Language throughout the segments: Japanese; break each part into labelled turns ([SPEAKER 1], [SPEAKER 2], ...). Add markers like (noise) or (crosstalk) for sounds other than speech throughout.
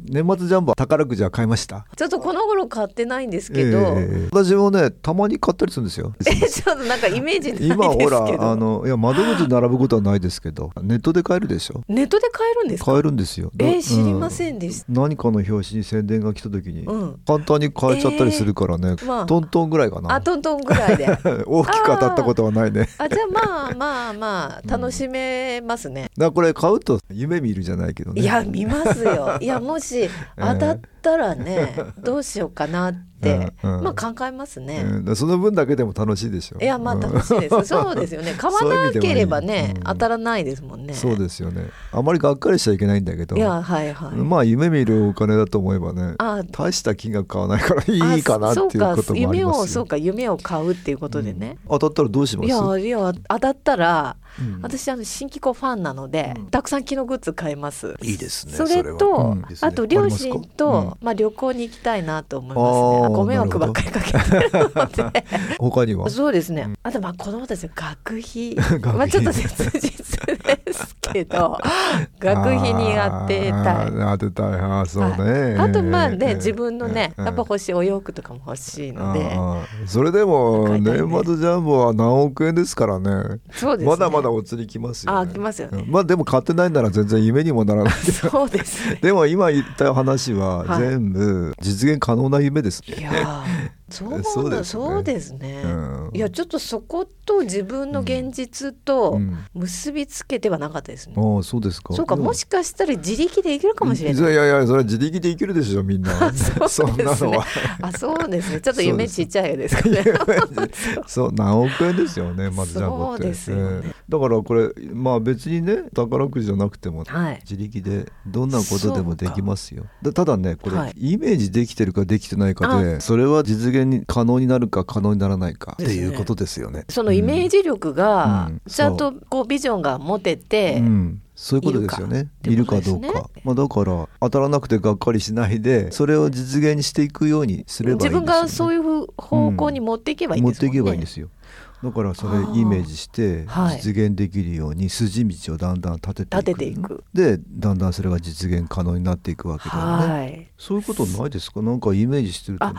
[SPEAKER 1] 年末ジャンボ宝くじは買いました
[SPEAKER 2] ちょっとこの頃買ってないんですけど、
[SPEAKER 1] ええ私もねたまに買ったりするんですよ
[SPEAKER 2] (laughs) ちょっとなんかイメージないですけど。
[SPEAKER 1] 今ほらあのいや窓口に並ぶことはないですけどネットで買えるでしょ
[SPEAKER 2] ネットで買えるんですか。
[SPEAKER 1] 買えるんですよだ
[SPEAKER 2] えー知りま
[SPEAKER 1] う
[SPEAKER 2] せんでした。
[SPEAKER 1] 何かの表紙に宣伝が来た時に、
[SPEAKER 2] うん
[SPEAKER 1] 簡単に買えちゃったりするからね、
[SPEAKER 2] えーまあ
[SPEAKER 1] トントンぐらいかな
[SPEAKER 2] あ、トントンぐらいで。あ、じ
[SPEAKER 1] (laughs) 大きく当たったことはないね
[SPEAKER 2] ゃあまあまあまあ楽しめますね。
[SPEAKER 1] だからこれ買うと夢見るじゃないけ (laughs) どね
[SPEAKER 2] いや見ま
[SPEAKER 1] (laughs)
[SPEAKER 2] すよ。いやもし当たったらね、どうしようかなって、
[SPEAKER 1] うんうん
[SPEAKER 2] まあ考えますね。
[SPEAKER 1] うんだからその分だけでも楽しいでしょ
[SPEAKER 2] いやまあ楽しいです。そうですよね。買わなけ
[SPEAKER 1] (laughs)
[SPEAKER 2] ればね、当た
[SPEAKER 1] ら
[SPEAKER 2] らないですもんね。
[SPEAKER 1] そうですよねあまりがっかりしちゃいけないんだけど
[SPEAKER 2] いやはいはい。
[SPEAKER 1] まあ夢見るお金だと思えばね
[SPEAKER 2] あ
[SPEAKER 1] 大した金額買わないからいいかなっていうこともあり
[SPEAKER 2] あそうか夢
[SPEAKER 1] ま
[SPEAKER 2] を
[SPEAKER 1] す
[SPEAKER 2] そう
[SPEAKER 1] よ
[SPEAKER 2] か夢を買うっていうことでね、
[SPEAKER 1] 当たったらどうしま
[SPEAKER 2] い
[SPEAKER 1] す
[SPEAKER 2] やいや当たった
[SPEAKER 1] う
[SPEAKER 2] ら、
[SPEAKER 1] ん
[SPEAKER 2] 私あの新機構ファンなので、
[SPEAKER 1] うん
[SPEAKER 2] たくさん機能グッズ買います
[SPEAKER 1] いいですね
[SPEAKER 2] それ
[SPEAKER 1] それ
[SPEAKER 2] と
[SPEAKER 1] はうんですね
[SPEAKER 2] あと両親と
[SPEAKER 1] あり
[SPEAKER 2] ま
[SPEAKER 1] ますか
[SPEAKER 2] あ、旅行に行きたいなと思い
[SPEAKER 1] あー
[SPEAKER 2] ますねあご迷惑ばっかりかけてるので
[SPEAKER 1] 他には
[SPEAKER 2] (laughs) そうですね、あとまあ子供たちの学
[SPEAKER 1] (laughs)
[SPEAKER 2] 費
[SPEAKER 1] 学費
[SPEAKER 2] まあちょっと切実です
[SPEAKER 1] (laughs)
[SPEAKER 2] けど学費に当てたい
[SPEAKER 1] あー当てたいあーそう
[SPEAKER 2] は
[SPEAKER 1] ね
[SPEAKER 2] いあとまあね、
[SPEAKER 1] えー
[SPEAKER 2] 自分のね、
[SPEAKER 1] えー
[SPEAKER 2] やっぱ欲しいお洋服とかも欲しいので、
[SPEAKER 1] あーそれでも
[SPEAKER 2] 買い
[SPEAKER 1] 年
[SPEAKER 2] たいね
[SPEAKER 1] 末ジャンボは何億円ですからね
[SPEAKER 2] そうですね。
[SPEAKER 1] まだまだお釣りきますよね
[SPEAKER 2] あ来ますよね
[SPEAKER 1] うんまあでも買ってないなら全然夢にもならない
[SPEAKER 2] そうで
[SPEAKER 1] (laughs)
[SPEAKER 2] すね。
[SPEAKER 1] でも今言った話は
[SPEAKER 2] はい
[SPEAKER 1] 全部実現可能な夢です、
[SPEAKER 2] いやー、そうなんだ
[SPEAKER 1] そうですね
[SPEAKER 2] そうですね。
[SPEAKER 1] うん
[SPEAKER 2] いやちょっとそこと自分の現実と
[SPEAKER 1] うん
[SPEAKER 2] 結びつけてはなかったですね。
[SPEAKER 1] ああそうですか
[SPEAKER 2] そうか
[SPEAKER 1] でも
[SPEAKER 2] もしかしたら自力でいけるかもしれない。
[SPEAKER 1] いやいやいやそれは自力で生きるでしょみんな
[SPEAKER 2] (laughs) そ
[SPEAKER 1] ん
[SPEAKER 2] うで
[SPEAKER 1] な
[SPEAKER 2] す
[SPEAKER 1] の
[SPEAKER 2] ね
[SPEAKER 1] は。
[SPEAKER 2] あ、そうで
[SPEAKER 1] (laughs)
[SPEAKER 2] すね。ち
[SPEAKER 1] そ
[SPEAKER 2] ょっと
[SPEAKER 1] うで
[SPEAKER 2] 夢
[SPEAKER 1] す
[SPEAKER 2] ちっちゃいですかね。
[SPEAKER 1] そう何億円ですよねまずジャンボって
[SPEAKER 2] そうですよね
[SPEAKER 1] ええだからこれまあ別にね宝くじじゃなくても
[SPEAKER 2] (laughs) はい。
[SPEAKER 1] 自力でどんなことでもできますよだただねこれ、
[SPEAKER 2] はい
[SPEAKER 1] イメージできてるかできてないかでそれは実現に可能になるか可能にならないかって
[SPEAKER 2] ですね
[SPEAKER 1] いうことですよね
[SPEAKER 2] そのイメージ力が
[SPEAKER 1] うんうん
[SPEAKER 2] ちゃんとこうビジョンが持て
[SPEAKER 1] う
[SPEAKER 2] て
[SPEAKER 1] ん、うんそういうことですよねい
[SPEAKER 2] い
[SPEAKER 1] る
[SPEAKER 2] る
[SPEAKER 1] か
[SPEAKER 2] か
[SPEAKER 1] どう
[SPEAKER 2] ってこ
[SPEAKER 1] か、まあ、だから当たらなくてがっかりしないでそれを実現していくようにすればいい
[SPEAKER 2] 自
[SPEAKER 1] んですよ、ね、
[SPEAKER 2] 分がそういう方向に持っていけばいいん
[SPEAKER 1] 持
[SPEAKER 2] で
[SPEAKER 1] っ
[SPEAKER 2] す
[SPEAKER 1] て
[SPEAKER 2] も
[SPEAKER 1] いけ
[SPEAKER 2] んね。
[SPEAKER 1] ばいいんですよだからそれ
[SPEAKER 2] あー
[SPEAKER 1] イメージして
[SPEAKER 2] はい
[SPEAKER 1] 実現できるように筋道をだんだん立てていく
[SPEAKER 2] 立てていく
[SPEAKER 1] でだんだんそれが実現可能になっていくわけだよね
[SPEAKER 2] はい。
[SPEAKER 1] そういうことないですかなんかイメージしてるとね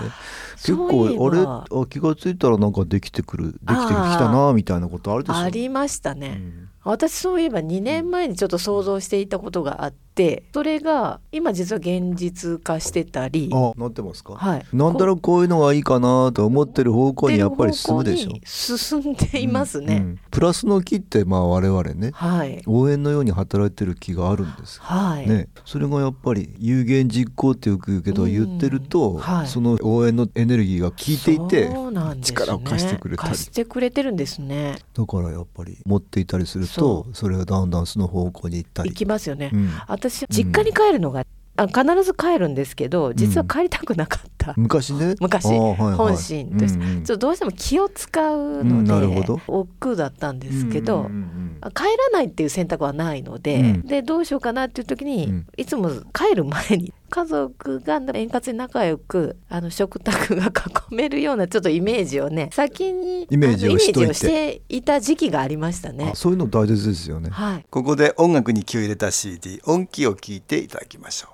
[SPEAKER 1] 結
[SPEAKER 2] そういえ
[SPEAKER 1] 構あ
[SPEAKER 2] ば
[SPEAKER 1] れあ気がついたらなんかできてくるできてきたなみたいなことあるでしょ
[SPEAKER 2] ありました
[SPEAKER 1] う
[SPEAKER 2] ね、
[SPEAKER 1] ん
[SPEAKER 2] 私そういえば2年前にちょっと想像していたことがあってそれが今実は現実化してたり、
[SPEAKER 1] あなってますか、
[SPEAKER 2] はい、
[SPEAKER 1] なんだろ
[SPEAKER 2] う
[SPEAKER 1] うこういうのがいいかなと思ってる方向にやっぱり進むでしょ
[SPEAKER 2] 進んでいますね、
[SPEAKER 1] うんうんプラスの木ってまあ我々ね
[SPEAKER 2] はい
[SPEAKER 1] 応援のように働いてる木があるんです
[SPEAKER 2] はい、
[SPEAKER 1] ね、それがやっぱり有言実行ってよく言うけど、
[SPEAKER 2] うん
[SPEAKER 1] 言ってると、
[SPEAKER 2] はい
[SPEAKER 1] その応援のエネルギーが効いていて
[SPEAKER 2] そうなんですね
[SPEAKER 1] 力を貸してくれたり
[SPEAKER 2] 貸してくれてるんですね
[SPEAKER 1] だからやっぱり持っていたりすると
[SPEAKER 2] そ
[SPEAKER 1] それがだんだんその方向に行ったり
[SPEAKER 2] 行きますよね、
[SPEAKER 1] うん
[SPEAKER 2] 私実家に帰るのが、あ必ず帰るんですけど実は帰りたくなかった、
[SPEAKER 1] 昔ね
[SPEAKER 2] 昔
[SPEAKER 1] あーはいはい
[SPEAKER 2] 本心です
[SPEAKER 1] うんうん
[SPEAKER 2] ちょっとどうしても気を使う
[SPEAKER 1] うん
[SPEAKER 2] ので、
[SPEAKER 1] なるほど
[SPEAKER 2] 億劫だったんですけ
[SPEAKER 1] う
[SPEAKER 2] ど、
[SPEAKER 1] んうんうん
[SPEAKER 2] 帰らないっていう選択はないので、
[SPEAKER 1] うん
[SPEAKER 2] でどうしようかなっていう時に、
[SPEAKER 1] うん
[SPEAKER 2] いつも帰る前に家族が円滑に仲良くあの食卓が囲めるようなちょっとイメージをね先に
[SPEAKER 1] イメージを
[SPEAKER 2] あの
[SPEAKER 1] しといて
[SPEAKER 2] イメージしていた時期がありましたね
[SPEAKER 1] あ。そういうの大切ですよね
[SPEAKER 2] はい、
[SPEAKER 3] ここで音楽に気を入れた CD 音気を聞いていただきましょ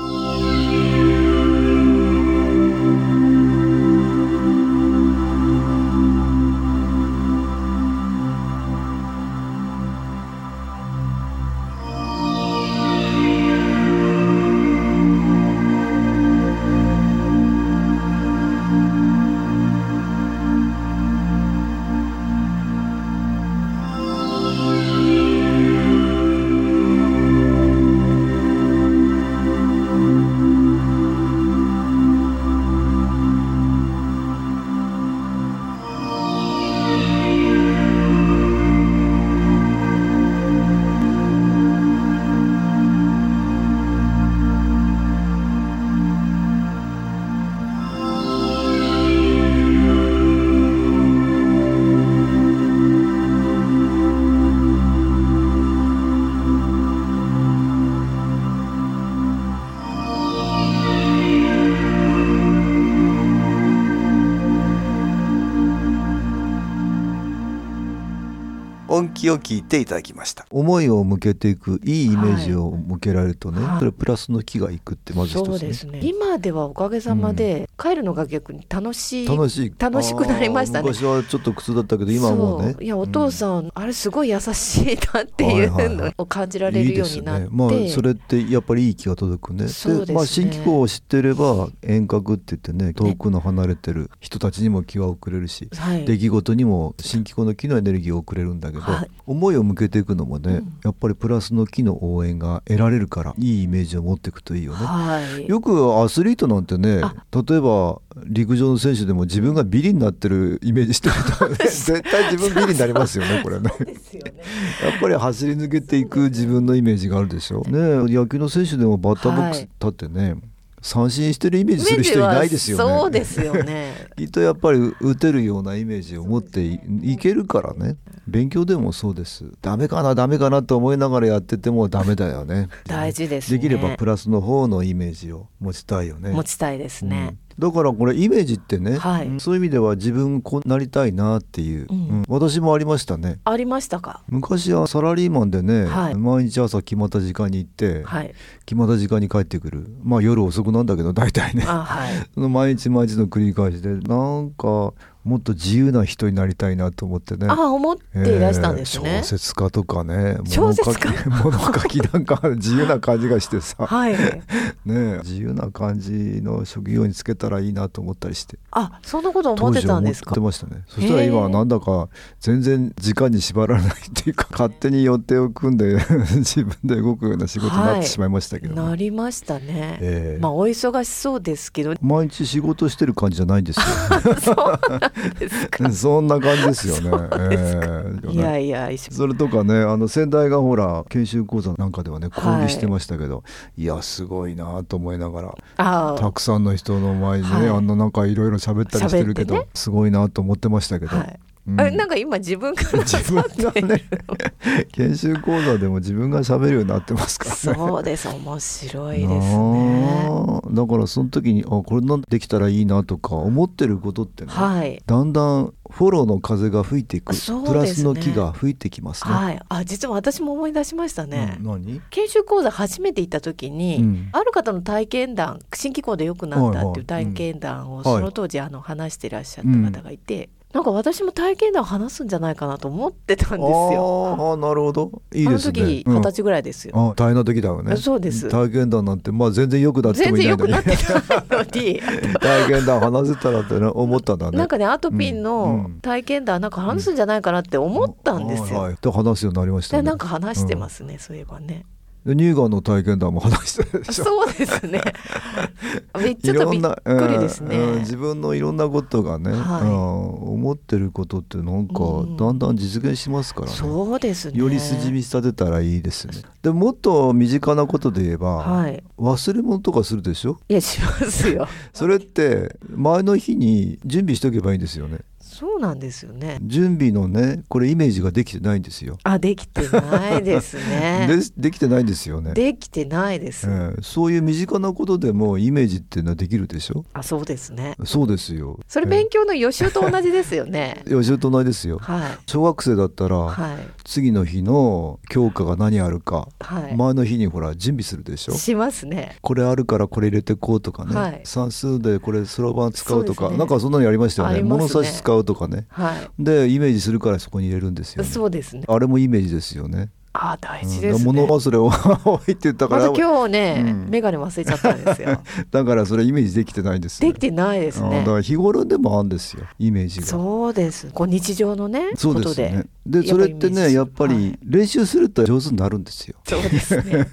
[SPEAKER 3] う
[SPEAKER 1] う
[SPEAKER 3] 音気を聞いていただきました
[SPEAKER 1] 思いを向けていくいいイメージを向けられるとね、
[SPEAKER 2] はい
[SPEAKER 1] それプラスの気がいくってまず一つ
[SPEAKER 2] そ
[SPEAKER 1] ね
[SPEAKER 2] うですね今ではおかげさまで、帰るのが逆に楽しい
[SPEAKER 1] 楽しい
[SPEAKER 2] 楽しくなりましたね
[SPEAKER 1] あー昔はちょっと苦痛だったけど今はもうね
[SPEAKER 2] そういやお父
[SPEAKER 1] ん
[SPEAKER 2] さん、あれすごい優しいなっていう
[SPEAKER 1] はいはいは
[SPEAKER 2] の
[SPEAKER 1] い
[SPEAKER 2] を感じられ
[SPEAKER 1] いい
[SPEAKER 2] る
[SPEAKER 1] で
[SPEAKER 2] よう
[SPEAKER 1] す
[SPEAKER 2] になって
[SPEAKER 1] ねまあそれってやっぱりいい気が届くね
[SPEAKER 2] そうですね
[SPEAKER 1] まあ、新機構を知ってれば遠隔って言ってね遠くの離れてる人たちにも気は送れるし
[SPEAKER 2] はい
[SPEAKER 1] 出来事にも新機構の木のエネルギーを送れるんだけど、
[SPEAKER 2] はい
[SPEAKER 1] 思いを向けていくのもね、
[SPEAKER 2] うん
[SPEAKER 1] やっぱりプラスの木の応援が得られるからいいイメージを持っていくといいよね。
[SPEAKER 2] はい
[SPEAKER 1] よくアスリートなんてね
[SPEAKER 2] あ
[SPEAKER 1] 例えば陸上の選手でも自分がビリになってるイメージしてると、
[SPEAKER 2] (laughs)
[SPEAKER 1] ね、絶対自分ビリになりますよねこれね。
[SPEAKER 2] ですよね
[SPEAKER 1] やっぱり走り抜けていく自分のイメージがあるでしょ。ね野球の選手でもバッターボックス立ってね、三振してるイメージする人いないですよね。
[SPEAKER 2] そうですよね
[SPEAKER 1] きっとやっぱり打てるようなイメージを持っていいけるからね勉強でもそうですダメかなダメかなと思いながらやっててもダメだよね
[SPEAKER 2] 大事ですね
[SPEAKER 1] できればプラスの方のイメージを持ちたいよね
[SPEAKER 2] 持ちたいですね、
[SPEAKER 1] うんだからこれイメージってね、
[SPEAKER 2] はい
[SPEAKER 1] うんそういう意味では自分こうなりたいなっていう、
[SPEAKER 2] うん
[SPEAKER 1] うん私もありましたね
[SPEAKER 2] ありましたか
[SPEAKER 1] 昔はサラリーマンでね、
[SPEAKER 2] はい
[SPEAKER 1] 毎日朝決まった時間に行って、
[SPEAKER 2] はい
[SPEAKER 1] 決まった時間に帰ってくるまあ夜遅くなんだけど大 (laughs) 体ね
[SPEAKER 2] あはい
[SPEAKER 1] その毎日毎日の繰り返しでなんかもっと自由な人になりたいなと思ってね。
[SPEAKER 2] あ思っていらしたんです
[SPEAKER 1] えー
[SPEAKER 2] ね
[SPEAKER 1] 小、説家とかね
[SPEAKER 2] 小説家
[SPEAKER 1] 物書き (laughs) 物書きなんか自由な感じがしてさ、
[SPEAKER 2] はい
[SPEAKER 1] ねえ、自由な感じの職業につけたらいいなと思ったりして
[SPEAKER 2] あそんなこと思ってたんですか
[SPEAKER 1] 当時思ってましたねそしたら
[SPEAKER 2] へえ
[SPEAKER 1] 今はなんだか全然時間に縛られないっていうか勝手に予定を組んで (laughs) 自分で動くような仕事になってしまいましたけどね、
[SPEAKER 2] なりましたね、
[SPEAKER 1] ええ
[SPEAKER 2] まあお忙しそうですけ
[SPEAKER 1] (laughs)
[SPEAKER 2] ど
[SPEAKER 1] 毎日仕事してる感じじゃないんですよ
[SPEAKER 2] そうなんですか
[SPEAKER 1] うん
[SPEAKER 2] (laughs)
[SPEAKER 1] そんな感じですよね。
[SPEAKER 2] そうですか
[SPEAKER 1] ええ
[SPEAKER 2] いやいや石
[SPEAKER 1] それとかねあの先代がほら研修講座なんかではね講
[SPEAKER 2] はい
[SPEAKER 1] 義してましたけど、い、やすごいなと思いながら
[SPEAKER 2] あ
[SPEAKER 1] たくさんの人の前にね、
[SPEAKER 2] はい
[SPEAKER 1] あんななんかいろいろ喋ったりしてるけど、
[SPEAKER 2] 喋ってね
[SPEAKER 1] すごいなと思ってましたけど、
[SPEAKER 2] はい、
[SPEAKER 1] うん
[SPEAKER 2] あなんか今自分から
[SPEAKER 1] 自分がね研修講座でも自分が喋るようになってますからね。
[SPEAKER 2] そうです面白いですね
[SPEAKER 1] なあだからその時にあこれなんできたらいいなとか思ってることってね、
[SPEAKER 2] はい
[SPEAKER 1] だんだんフォローの風が吹いていく、
[SPEAKER 2] そうですね
[SPEAKER 1] プラスの木が吹いてきますね。
[SPEAKER 2] はいあ実は私も思い出しましたね、
[SPEAKER 1] うん何
[SPEAKER 2] 研修講座初めて行った時に、
[SPEAKER 1] うん
[SPEAKER 2] ある方の体験談新機構で良くなったっていう体験談を
[SPEAKER 1] いはい
[SPEAKER 2] その当時あの話してらっしゃった方がいて、なんか私も体験談を話すんじゃないかなと思ってたんですよ。
[SPEAKER 1] あーあーなるほどいいですね
[SPEAKER 2] あの時
[SPEAKER 1] うん
[SPEAKER 2] 二十歳ぐらいですよ。
[SPEAKER 1] あ大変な時だよね
[SPEAKER 2] そうです
[SPEAKER 1] 体験談なんてまあ全然良くなって
[SPEAKER 2] 全
[SPEAKER 1] もい
[SPEAKER 2] 然
[SPEAKER 1] ないの
[SPEAKER 2] 良く
[SPEAKER 1] に (laughs)
[SPEAKER 2] なってないのに
[SPEAKER 1] 体験談話せたらってね思ったんだね
[SPEAKER 2] なんかねアトピー
[SPEAKER 1] うんう
[SPEAKER 2] の
[SPEAKER 1] ん
[SPEAKER 2] 体験談なんか話すんじゃないかなって思ったんですよ。
[SPEAKER 1] はいはいで話すようになりました
[SPEAKER 2] で
[SPEAKER 1] ね
[SPEAKER 2] なんか話してますね、そういえ
[SPEAKER 1] (laughs)
[SPEAKER 2] ばね。
[SPEAKER 1] うんで乳がんの体験談も話してるでしょ
[SPEAKER 2] そうです
[SPEAKER 1] (laughs)
[SPEAKER 2] ね。めっちゃとびっくりですね。
[SPEAKER 1] いろんなうんうん自分のいろんなことがね、
[SPEAKER 2] はい
[SPEAKER 1] うん思ってることってなんか
[SPEAKER 2] うん
[SPEAKER 1] だんだん実現しますからね、
[SPEAKER 2] そうですね。
[SPEAKER 1] より筋道立てたらいいですねでもっと身近なことで言えば、
[SPEAKER 2] はい。
[SPEAKER 1] 忘れ物とかするでしょ
[SPEAKER 2] いやしますよ。
[SPEAKER 1] それって前の日に準備しとけばいいんですよね
[SPEAKER 2] (laughs) そうなんですよね。
[SPEAKER 1] 準備のねこれイメージができてないんですよ、
[SPEAKER 2] あできてない (laughs) ですね。
[SPEAKER 1] でできてないんですよね
[SPEAKER 2] できてないで
[SPEAKER 1] え
[SPEAKER 2] す。
[SPEAKER 1] えそういう身近なことでもイメージっていうのはできるでしょ
[SPEAKER 2] あそうですね。
[SPEAKER 1] そうですよ
[SPEAKER 2] それ勉強の予習と同じですよね
[SPEAKER 1] え。え予習と同じですよ
[SPEAKER 2] はい
[SPEAKER 1] 小学生だったら、
[SPEAKER 2] はい
[SPEAKER 1] 次の日の教科が何あるか、
[SPEAKER 2] はい。
[SPEAKER 1] 前の日にほら準備するでしょ
[SPEAKER 2] しますね。
[SPEAKER 1] これあるからこれ入れてこうとかね、
[SPEAKER 2] はい
[SPEAKER 1] 算数でこれそろばん使うと
[SPEAKER 2] そう
[SPEAKER 1] か
[SPEAKER 2] ですね
[SPEAKER 1] なんかそんなのやりましたよ
[SPEAKER 2] あ
[SPEAKER 1] ね
[SPEAKER 2] りますね
[SPEAKER 1] 物差し使うとかね
[SPEAKER 2] は
[SPEAKER 1] でイメージするからそこに入れるんですよ
[SPEAKER 2] い。
[SPEAKER 1] ね、
[SPEAKER 2] そうですね。
[SPEAKER 1] あれもイメージですよね
[SPEAKER 2] あ大
[SPEAKER 1] うん
[SPEAKER 2] 事です
[SPEAKER 1] 物
[SPEAKER 2] ね。
[SPEAKER 1] 忘れを多いって言ったか
[SPEAKER 2] まず
[SPEAKER 1] ら、
[SPEAKER 2] 今日ね、
[SPEAKER 1] うん
[SPEAKER 2] メガネ忘れちゃったんです (laughs) よ。
[SPEAKER 1] だからそれイメージできてないんですよ
[SPEAKER 2] できてないです
[SPEAKER 1] うんだ
[SPEAKER 2] ね
[SPEAKER 1] か。ら日頃でもあるんですよイメージが
[SPEAKER 2] そうです。こう日常のね、
[SPEAKER 1] そう
[SPEAKER 2] こと
[SPEAKER 1] ですよ
[SPEAKER 2] で
[SPEAKER 1] ね。で
[SPEAKER 2] やっ
[SPEAKER 1] そ
[SPEAKER 2] ぱ
[SPEAKER 1] れ
[SPEAKER 2] イ
[SPEAKER 1] っ
[SPEAKER 2] メージ
[SPEAKER 1] てねやっぱ
[SPEAKER 2] は
[SPEAKER 1] り
[SPEAKER 2] い
[SPEAKER 1] 練習すると上手になるんですよ
[SPEAKER 2] そう (laughs) ですね。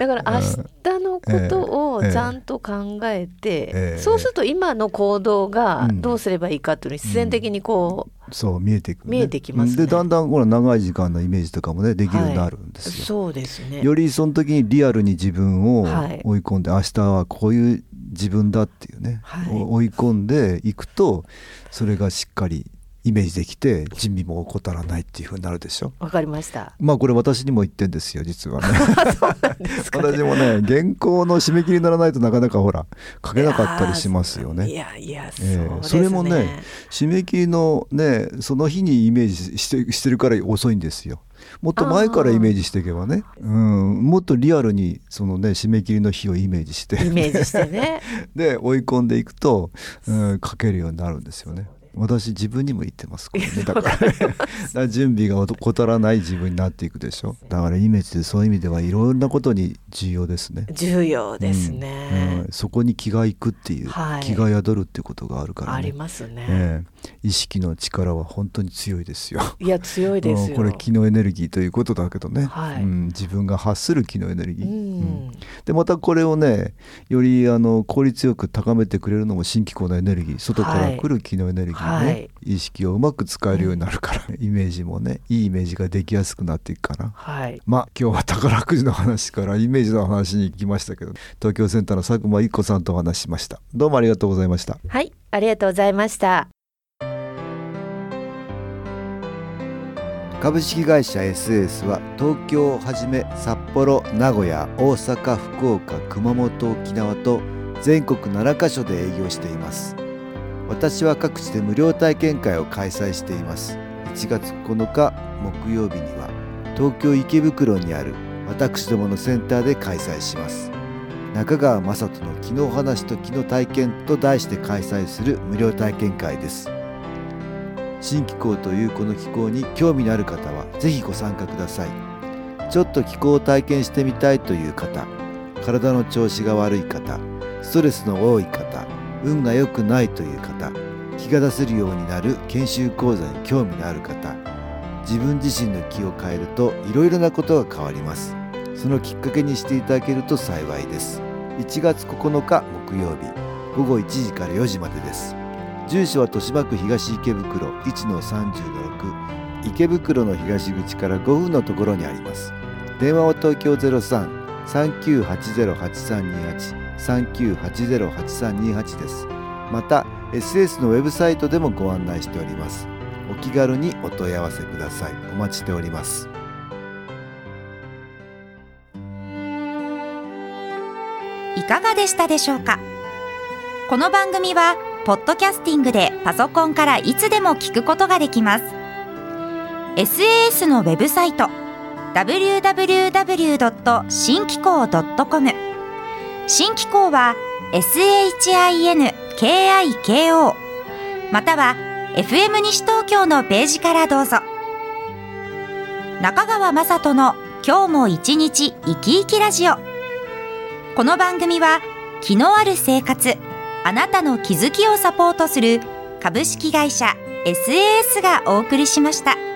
[SPEAKER 2] だから明日のことを
[SPEAKER 1] ええ
[SPEAKER 2] ちゃんと考えて、
[SPEAKER 1] ええ
[SPEAKER 2] そうすると今の行動が
[SPEAKER 1] うん
[SPEAKER 2] どうすればいいかっていうのに必然的にこう、
[SPEAKER 1] そう見えていく、ね、
[SPEAKER 2] 見えてきますね
[SPEAKER 1] でだんだんほら長い時間のイメージとかもねできるようになるんですよ、
[SPEAKER 2] そうですね。
[SPEAKER 1] よりその時にリアルに自分を
[SPEAKER 2] はい
[SPEAKER 1] 追い込んで、明日はこういう自分だっていうね、
[SPEAKER 2] はい
[SPEAKER 1] 追い込んでいくとそれがしっかりイメージできて準備も怠らないっていうふうになるでしょ
[SPEAKER 2] わかりました。
[SPEAKER 1] まあこれ私にも言ってんですよ実 (laughs) はね
[SPEAKER 2] そうなんですか、ね。
[SPEAKER 1] 私もね原稿の締め切りにならないとなかなかほら書けなかったりしますよ
[SPEAKER 2] い
[SPEAKER 1] ね
[SPEAKER 2] やいや、そう
[SPEAKER 1] ええ
[SPEAKER 2] です
[SPEAKER 1] それもね締め切りのねその日にイメージしてしてるから遅いんですよもっと前からイメージしていけばね、うん、もっとリアルにそのね締め切りの日をイメージして
[SPEAKER 2] イメージしてね。
[SPEAKER 1] (laughs) で追い込んでいくと、うん、書けるようになるんですよね。私自分にも言ってますこれねだからだから準備が怠らない自分になっていくでしょだからイメージでそういう意味ではいろんなことに重要ですね
[SPEAKER 2] 重要ですね。
[SPEAKER 1] うんそこに気がいくっていう、
[SPEAKER 2] はい
[SPEAKER 1] 気が宿るっていうことがあるから、ね、
[SPEAKER 2] ありますね。
[SPEAKER 1] ええ意識の力は本当に強いですよ
[SPEAKER 2] いや強いです
[SPEAKER 1] うん
[SPEAKER 2] よ。
[SPEAKER 1] これ気のエネルギーということだけどね、
[SPEAKER 2] はい
[SPEAKER 1] うん、自分が発する気のエネルギ
[SPEAKER 2] う
[SPEAKER 1] ー、うん
[SPEAKER 2] ん、
[SPEAKER 1] でまたこれをねよりあの効率よく高めてくれるのも新機構のエネルギー外から来る気のエネルギーね、
[SPEAKER 2] はい
[SPEAKER 1] 意識をうまく使えるようになるから、イメージもねいいイメージができやすくなっていくかな。
[SPEAKER 2] はい。
[SPEAKER 1] まあ今日は宝くじの話からイメージの話に行きましたけど東京センターの佐久間一子さんとお話ししましたどうもありがとうございました
[SPEAKER 2] はい、ありがとうございました。
[SPEAKER 1] 株式会社 SS は東京をはじめ札幌名古屋大阪福岡熊本沖縄と全国7カ所で営業しています私は各地で無料体験会を開催しています1月9日木曜日には東京池袋にある私どものセンターで開催します中川雅人の「昨日話と昨日体験」と題して開催する無料体験会です新機構というこの機構に興味のある方はぜひご参加くださいちょっと気候を体験してみたいという方体の調子が悪い方ストレスの多い方運が良くないという方気が出せるようになる研修講座に興味のある方自分自身の気を変えるといろいろなことが変わりますそのきっかけにしていただけると幸いです1月9日木曜日午後1時から4時までです住所は豊島区東池袋1の30-6池袋の東口から5分のところにあります電話は東京03-3980-8328 3980-8328ですまた SS のウェブサイトでもご案内しておりますお気軽にお問い合わせくださいお待ちしております
[SPEAKER 4] いかがでしたでしょうかこの番組はポッドキャスティングでパソコンからいつでも聞くことができます SAS のウェブサイト www. 機構 .com 新機構は SHINKIKO または FM 西東京のページからどうぞ中川雅人の今日も一日生き生きラジオこの番組は気のある生活あなたの気づきをサポートする株式会社 SAS がお送りしました。